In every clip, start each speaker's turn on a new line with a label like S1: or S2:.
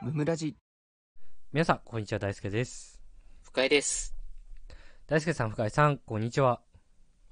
S1: ムムラジ
S2: 皆さん、こんにちは、大輔です。
S3: 深井です。
S2: 大輔さん、深井さん、こんにちは。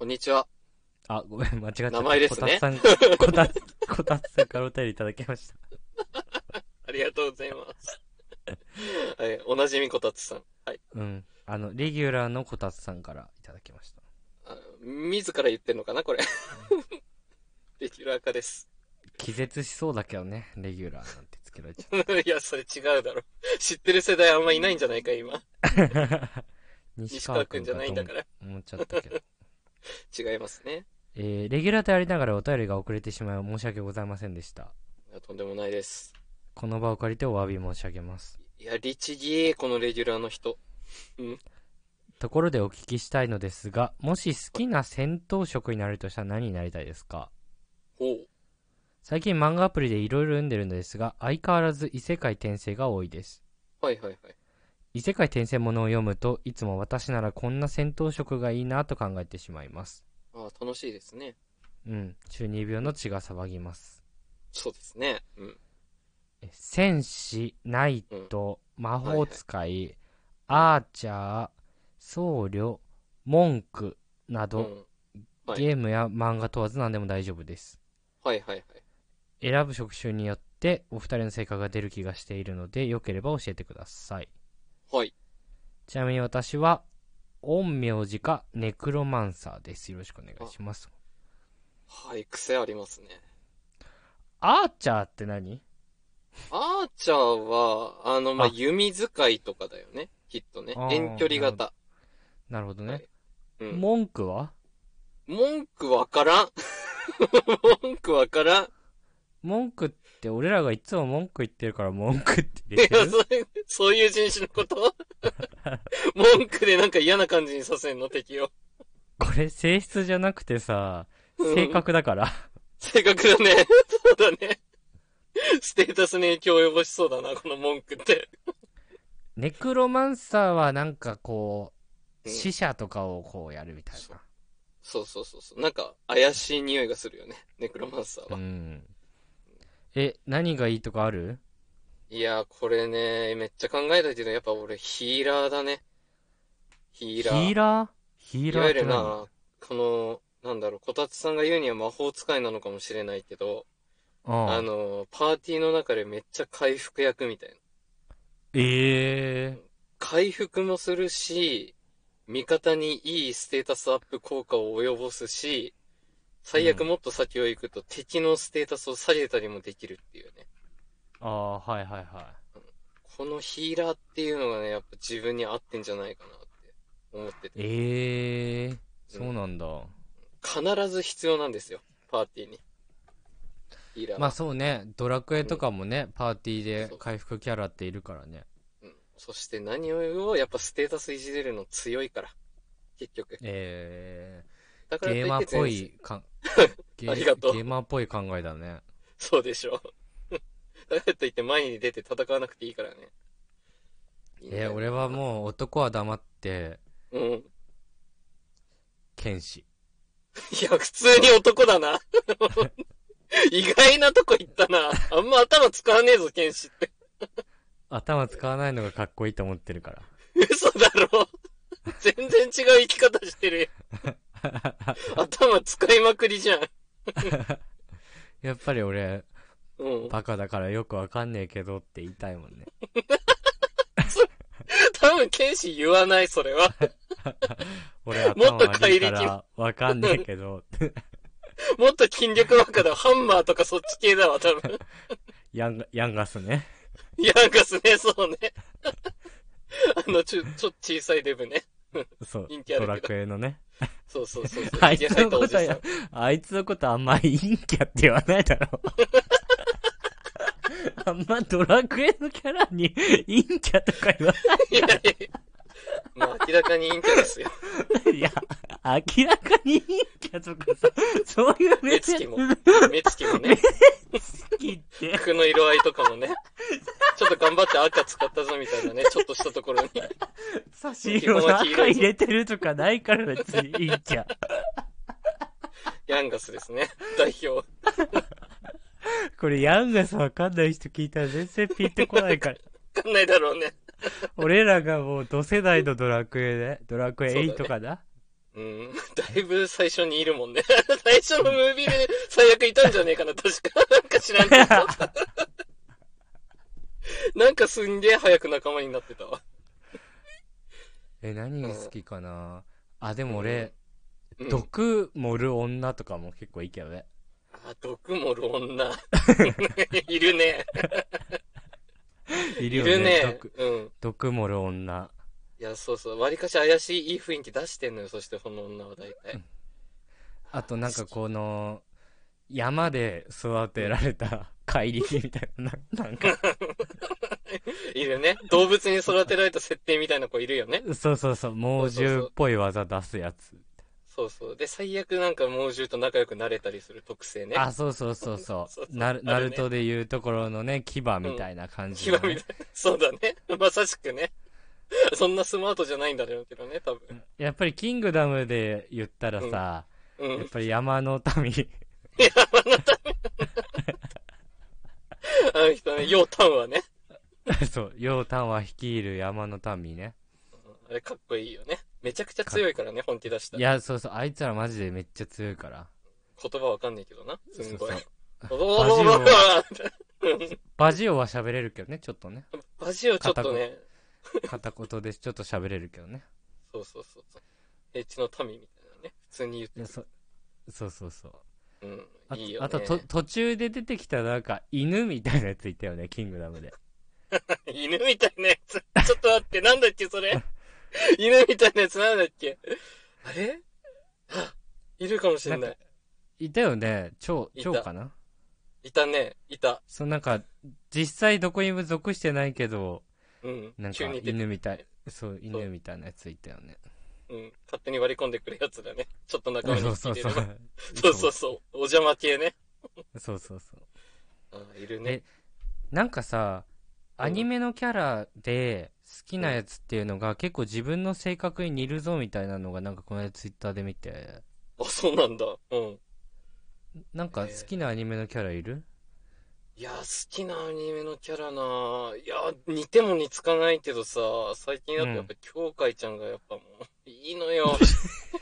S3: こんにちは。
S2: あ、ごめん、間違っちゃった。
S3: 名前ですね
S2: こたつさん、こたつ、こたつさんからお便りいただきました。
S3: ありがとうございます。 はい、おなじみこたつさん。はい。
S2: うん。あの、レギュラーのこたつさんからいただきました。
S3: あ自ら言ってんのか なこれ。レギュラー化です。
S2: 気絶しそうだけどね、レギュラーなんてつけられちゃ
S3: いや、それ違うだろ。知ってる世代あんまいないんじゃないか、今。
S2: った。。
S3: 西川くんじゃないんだからら。
S2: 思っちゃったけど。
S3: 違いますね。
S2: えー、レギュラーでありながらお便りが遅れてしまい申し訳ございませんでした。
S3: いやとんでもないです。
S2: この場を借りてお詫び申し上げます。
S3: いや、律儀え、このレギュラーの人。
S2: ところでお聞きしたいのですが、もし好きな戦闘職になるとしたら何になりたいですか
S3: ほう。
S2: 最近漫画アプリでいろいろ読んでるのですが、相変わらず異世界転生が多いです。
S3: はいはいはい。
S2: 異世界転生ものを読むといつも私ならこんな戦闘職がいいなと考えてしまいます。
S3: ああ、楽しいですね。
S2: うん、中二病の血が騒ぎます。
S3: そうですね。うん。
S2: え戦士、ナイト、魔法使い、アーチャー、僧侶、文句な
S3: う
S2: ど、
S3: ん、はい
S2: ゲームや漫画問わず何でも大丈夫です。
S3: はいはいはい。
S2: 選ぶ職種によってお二人の成果が出る気がしているので、よければ教えてください。
S3: はい。
S2: ちなみに私は、陰陽師かネクロマンサーです。よろしくお願いします。
S3: はい、癖ありますね。
S2: アーチャーって何
S3: アーチャーは、あの、まあ、
S2: あ
S3: 弓使いとかだよね。きっとね
S2: あ。ー
S3: 遠距離型。
S2: なるほどね。
S3: はいうん。
S2: 文句は
S3: 文句わからん。 文句わからん。
S2: 文句って俺らがいつも文句言ってるから文句って入
S3: い
S2: れて
S3: や、
S2: る
S3: そういう、そういう人種のこと 文句でなんか嫌な感じにさせんの、敵を。
S2: これ性質じゃなくてさ、
S3: うん
S2: 性格だ から。
S3: 性格だね。そうだね。ステータスに影響を及ぼしそうだな、この文句って。
S2: ネクロマンサーはなんかこう、
S3: うん
S2: 死者とかをこうやるみたいな。
S3: そうそうそうそう。なんか、怪しい匂いがするよね。ネクロマンサー
S2: う
S3: は。
S2: ん。え、何がいいとかある
S3: いやー、これね、めっちゃ考えたけど、やっぱ俺ヒーラーだね。ヒーラー。
S2: ヒーラーヒー
S3: い
S2: ラ
S3: わ
S2: ーっ
S3: ゆる
S2: て何
S3: な、この、なんだろう、こたつさんが言うには魔法使いなのかもしれないけど、あ
S2: うん。
S3: の、パーティーの中でめっちゃ回復役みたいな。
S2: ええ
S3: 回復もするし、味方にいいステータスアップ効果を及ぼすし、最悪もっと先を行くと敵のステータスを下げたりもできるっていうね。
S2: ああ、はいはいは
S3: このヒーラーっていうのがね、やっぱ自分に合ってんじゃないかなって思って
S2: い。
S3: て。
S2: ええそうなんだ。
S3: 必ず必要なんですよ、パーティーに。ヒーラーは
S2: まあそうね、ドラクエとかもね、パーティーで回復キャラっているからね。
S3: うんそして何よりもやっぱステータスいじれるの強いから。結局。
S2: え
S3: だ
S2: え
S3: からと
S2: ゲー
S3: いっ
S2: マー
S3: て
S2: っぽ
S3: 全然
S2: い か、ゲ
S3: ありがとう
S2: ゲーマーっぽい考えだね。
S3: そうでしょ。 だからといって前に出て戦わなくていいからね。いいんだ
S2: え
S3: よ
S2: ー俺はもう男は黙って
S3: うん。い
S2: 剣士
S3: や、普通に男だな。 意外なとこ行ったな。あんま頭使わねえぞ、剣士って。
S2: 頭使わないのがかっこいいと思ってるから
S3: 嘘だろ。全然違う生き方して るよ。頭使いまくりじゃん。
S2: やっぱり俺
S3: うん。
S2: バカだからよくわかんねえけどって言いたいもんね
S3: 多分剣士言わない、それ は。
S2: 俺
S3: も
S2: 頭
S3: っと
S2: 悪いか
S3: 怪力
S2: らわかんねえけど
S3: もっと筋力バカだ。ハンマーとかそっち系だわ、多分。
S2: ヤンガヤンガスね
S3: ヤンガスね、そう ね。あの、ちょ、ちょっと小さいデブね。
S2: そう
S3: 人気あ
S2: ド
S3: るけど
S2: ラクエのね
S3: そうそうそう そう。
S2: あいつ
S3: ひげ生え
S2: の
S3: たお
S2: こ
S3: じさ
S2: と
S3: ん
S2: やあいつのことあんま陰キャって言わない だろあんまドラクエのキャラに陰キャとか言わ
S3: いやいやまあ、明らかに陰キャです よ。
S2: ないいや明らかに陰キャとかさそういう
S3: 目
S2: 目
S3: つき
S2: 線
S3: も、目つきもね、
S2: 好きって
S3: 服の色合いとかもね、ちょっと頑張って赤使ったぞみたいなね、ちょっとしたところに。
S2: 差し色の赤入れてるとかないから別にいいじゃん。
S3: ヤンガスですね、代表。
S2: これヤンガスわかんない人聞いたら全然ピンとこないから。
S3: わかんないだろうね。
S2: 俺らがもう同世代のドラクエね。ドラクエ8かな、
S3: うん。だいぶ最初にいるもんね。 最初のムービーで最悪いたんじゃねえかな、確か。なんか知ら んけど。なんかすんげえ早く仲間になってたわ。
S2: え、何が好きかなあ、でも俺、
S3: うん、
S2: 毒盛る女とかも結構いいけどね。
S3: あ、毒盛る女。 いるね。
S2: い
S3: い
S2: るよ
S3: る
S2: ね。
S3: ね
S2: 毒。
S3: うん。
S2: 毒盛る女。
S3: いや、そうそう。割かし怪しい、いい雰囲気出してんのよ。そして、この女は大体。
S2: あとなんかこの、山で育てられた 怪力みたいな、ななんか、
S3: いるね。動物に育てられた設定みたいな子いるよね。
S2: そうそうそう、猛獣っぽい技出すやつ。
S3: そうそう。で、最悪なんか猛獣と仲良くなれたりする特性ね。
S2: あ、そうそうそうそ
S3: そうそう
S2: う。ナルナ
S3: あるね
S2: ルトでいうところのね、牙みたいな感じ
S3: 牙
S2: の
S3: み
S2: ね、
S3: たいな。そうだね。まさしくね。そんなスマートじゃないんだろうけどね、多分。
S2: やっぱりキングダムで言ったらさ、
S3: うん。
S2: やっぱり山の民、
S3: あの人ね、ヨウタンはね。
S2: そう、ヨウタンは率いる山の民ね。
S3: あれかっこいいよね。めちゃくちゃ強いからね、本気出した
S2: い
S3: ら。
S2: や、そうそう、あいつらマジでめっちゃ強いから。
S3: 言葉わかんないけどな。すんごい
S2: そう。
S3: おおおお
S2: ババジオは喋れるけどね、ちょっとね。
S3: バジオちょっとね。
S2: 片言でちょっと喋れるけどね。
S3: そうそうそうそう。平地の民みたいなね。普通に言っ
S2: い
S3: て
S2: やそそうそうそう。
S3: る。う
S2: あ
S3: ん。いいよ、ね。
S2: あとと、途中で出てきたなんか犬みたいなやついたよね、キングダムで。
S3: 犬みたいなやつ。ちょっと待って、なんだっけ、それ。犬みたいなやつなんだっけ。あれあいるかもしれない。
S2: なんいたよね、蝶
S3: い、た
S2: 蝶かない
S3: たね。いた。
S2: そうなんか、実際どこにも属してないけど、
S3: うん。
S2: なんか
S3: 急に出て
S2: 犬みたい、そう、犬みたいなやついたよね。
S3: うん。勝手に割り込んでくるやつだね。 ちょっと仲
S2: そう
S3: 間 に
S2: そう
S3: 引
S2: そう
S3: き
S2: そ
S3: 入れれば。
S2: う。
S3: そうそうそう。お邪魔系ね。
S2: そうそうそう。
S3: あいるね
S2: え。なんかさ、アニメのキャラで好きなやつっていうのが結構自分の性格に似るぞみたいなのがなんかこの間ツイッターで見て、
S3: あ、そうなんだ。うん。
S2: なんか好きなアニメのキャラいる
S3: いや、好きなアニメのキャラなぁ。いや、似ても似つかないけどさ、最近だとやっぱ、京海ちゃんがやっぱもう、いいの よ。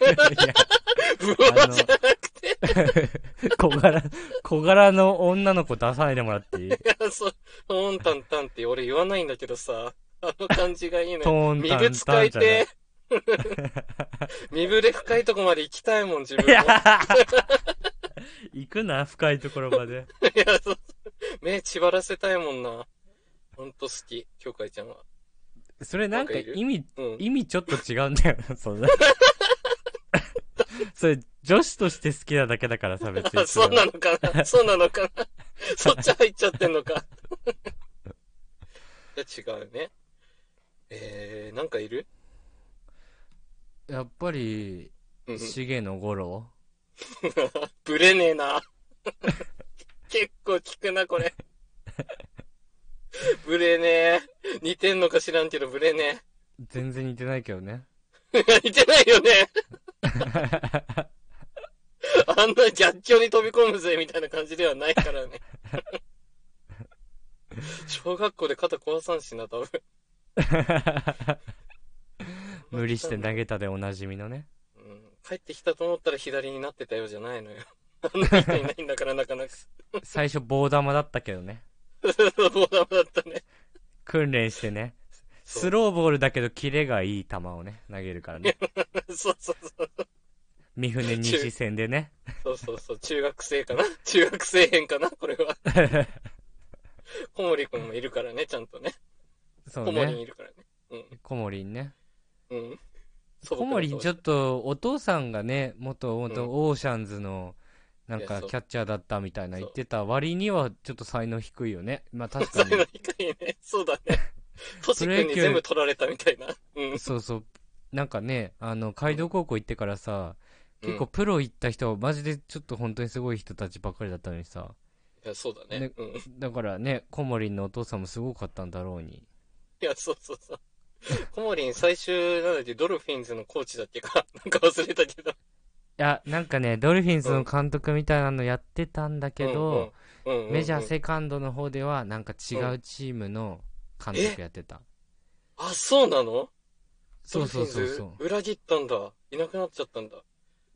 S2: いや
S3: うわ
S2: あの
S3: じゃなくて。
S2: 小柄、小柄の女の子出さないでもらっていい
S3: いや、そう、トーンタンタンって俺言わないんだけどさ、あの感じがいいね
S2: ト。ーン
S3: 身
S2: タン
S3: ぶ
S2: タ
S3: 変
S2: ン
S3: え
S2: じゃな い
S3: て。身ぶれ深いとこまで行きたいもん、自分
S2: い
S3: も。い
S2: や
S3: や、
S2: 行くな、深いところまで。
S3: そう。 目縛らせたいもんな。ほんと好き、京海ちゃんは。
S2: それなんか
S3: なんかいる
S2: 意味、
S3: うん。
S2: 意味ちょっと違うんだよな、 そんな。それ、女子として好きなだけだからさ、別
S3: あ、
S2: に。
S3: そうなのかなそうなのか なそっち入っちゃってんのか。 いや、違うね。えー、なんかいる
S2: やっぱり、
S3: うん。
S2: 重野五郎
S3: ぶれねえな。 結構効くな、こ れ。ぶれねえ。似てんのか知らんけど、ぶれね
S2: 全然似てないけどね。
S3: え。似てない よね。あんな逆境に飛び込むぜ、みたいな感じではないからね。小学校で肩壊さんしな、多分。
S2: 無理して投げたでおなじみのね。
S3: うん帰ってきたと思ったら左になってたよじゃないのよ。あんな人いないんだから、なかなか。
S2: 最初棒玉だったけどね。
S3: ボーダーだったね。
S2: 訓練してね。
S3: そう
S2: スローボールだけどキレがいい球をね、投げるから ね。
S3: そうそうそう。
S2: 三船西戦でね。
S3: そうそうそう、中学生かな中学生編かなこれ は。小森くんもいるからね、ちゃんとね。
S2: そう
S3: 小森
S2: ね。
S3: いるからね。
S2: 小森ね。
S3: うん。うん。
S2: 小森ちょ
S3: っ
S2: っとお父さんがね、元、元
S3: うん
S2: オーシャンズの、なん
S3: いや
S2: か
S3: そう
S2: キャッチャーだったみたいな言ってた割にはちょっと才能低いよね。 まあ確か
S3: そういうの
S2: に。
S3: 低いね。そうだね。 トシ君に全部取られたみたいな。うん。
S2: そうそう。なんかね、あの、海道高校行ってからさ、結構
S3: うん
S2: プロ行った人はマジでちょっと本当にすごい人たちばっかりだったのにさ。
S3: いや、そうだね
S2: ね。
S3: うん。い
S2: だからね、小森のお父さんもすごかったんだろうに。
S3: や、そうそうそう。小森最終、なんだっけ、ドルフィンズのコーチだっけか。 なんか忘れたけど。
S2: いや、なんかね、ドルフィンズの監督みたいなのやってたんだけど、
S3: うんうんうんうんうん
S2: メジャーセカンドの方ではなんか違うチームの監督やってた。
S3: あ、そうなの
S2: そうそうそう
S3: ドルフィ
S2: そ
S3: ンズ裏切ったんだ。いなくなっちゃったんだ。
S2: う。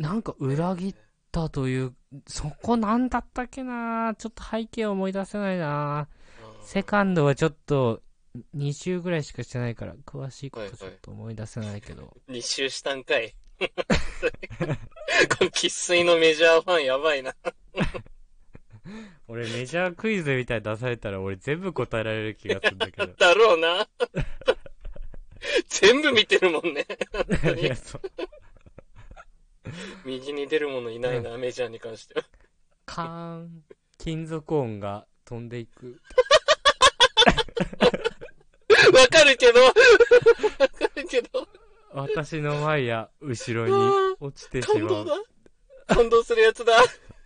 S2: なんか裏切ったという、そこなんだったっけなちょっと背景を思い出せないなセカンドはちょっと2週ぐらいしかしてないから、詳しいことちょっと思い出せないけど。
S3: 二周したんかい。 この喫水のメジャーファンやばいな。。
S2: 俺メジャークイズみたいに出されたら俺全部答えられる気がするんだけど
S3: だろうな。 全部見てるもんね。
S2: いや、そう。
S3: 右に出るものいないな、メジャーに関しては。
S2: カーン。金属音が飛んでいく。
S3: わかるけど、わかるけど、
S2: 私の前や後ろに落ちてし
S3: 感
S2: ま
S3: 動
S2: う。
S3: だ。感動するやつだ。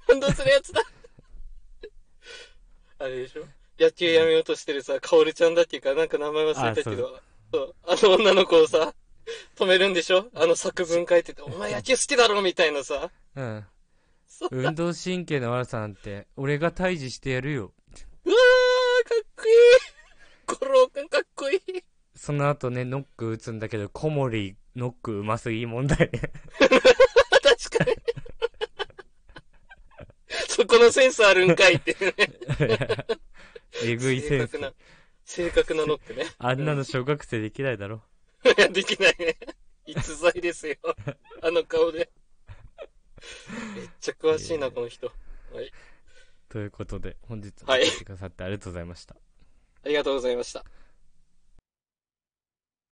S3: 感動するやつだ。 あれでしょ野球やめようとしてるさ、カオルちゃんだっけか、なんか名前忘れたけど、そうあの女の子をさ、止めるんでしょあの作文書いてて、お前野球好きだろみたいなさ。
S2: うん。
S3: そう
S2: 運動神経の悪さなんて、俺が退治してやるよ。
S3: うわー、かっこいい。五郎くんかっこいい。
S2: その後ね、ノック打つんだけど、小森、ノックうますぎ問題。
S3: 確かに。そこのセンスあるんかいっていうね。
S2: えぐいセンス
S3: 正確。な、正確なノックね。
S2: あんなの小学生できないだろ。
S3: いや、できないね。逸材です よ。あの顔で。めっちゃ詳しいな、この人。はい。
S2: ということで、本日も
S3: はい
S2: 聞いてくださってありがとうございました。
S3: ありがとうございました。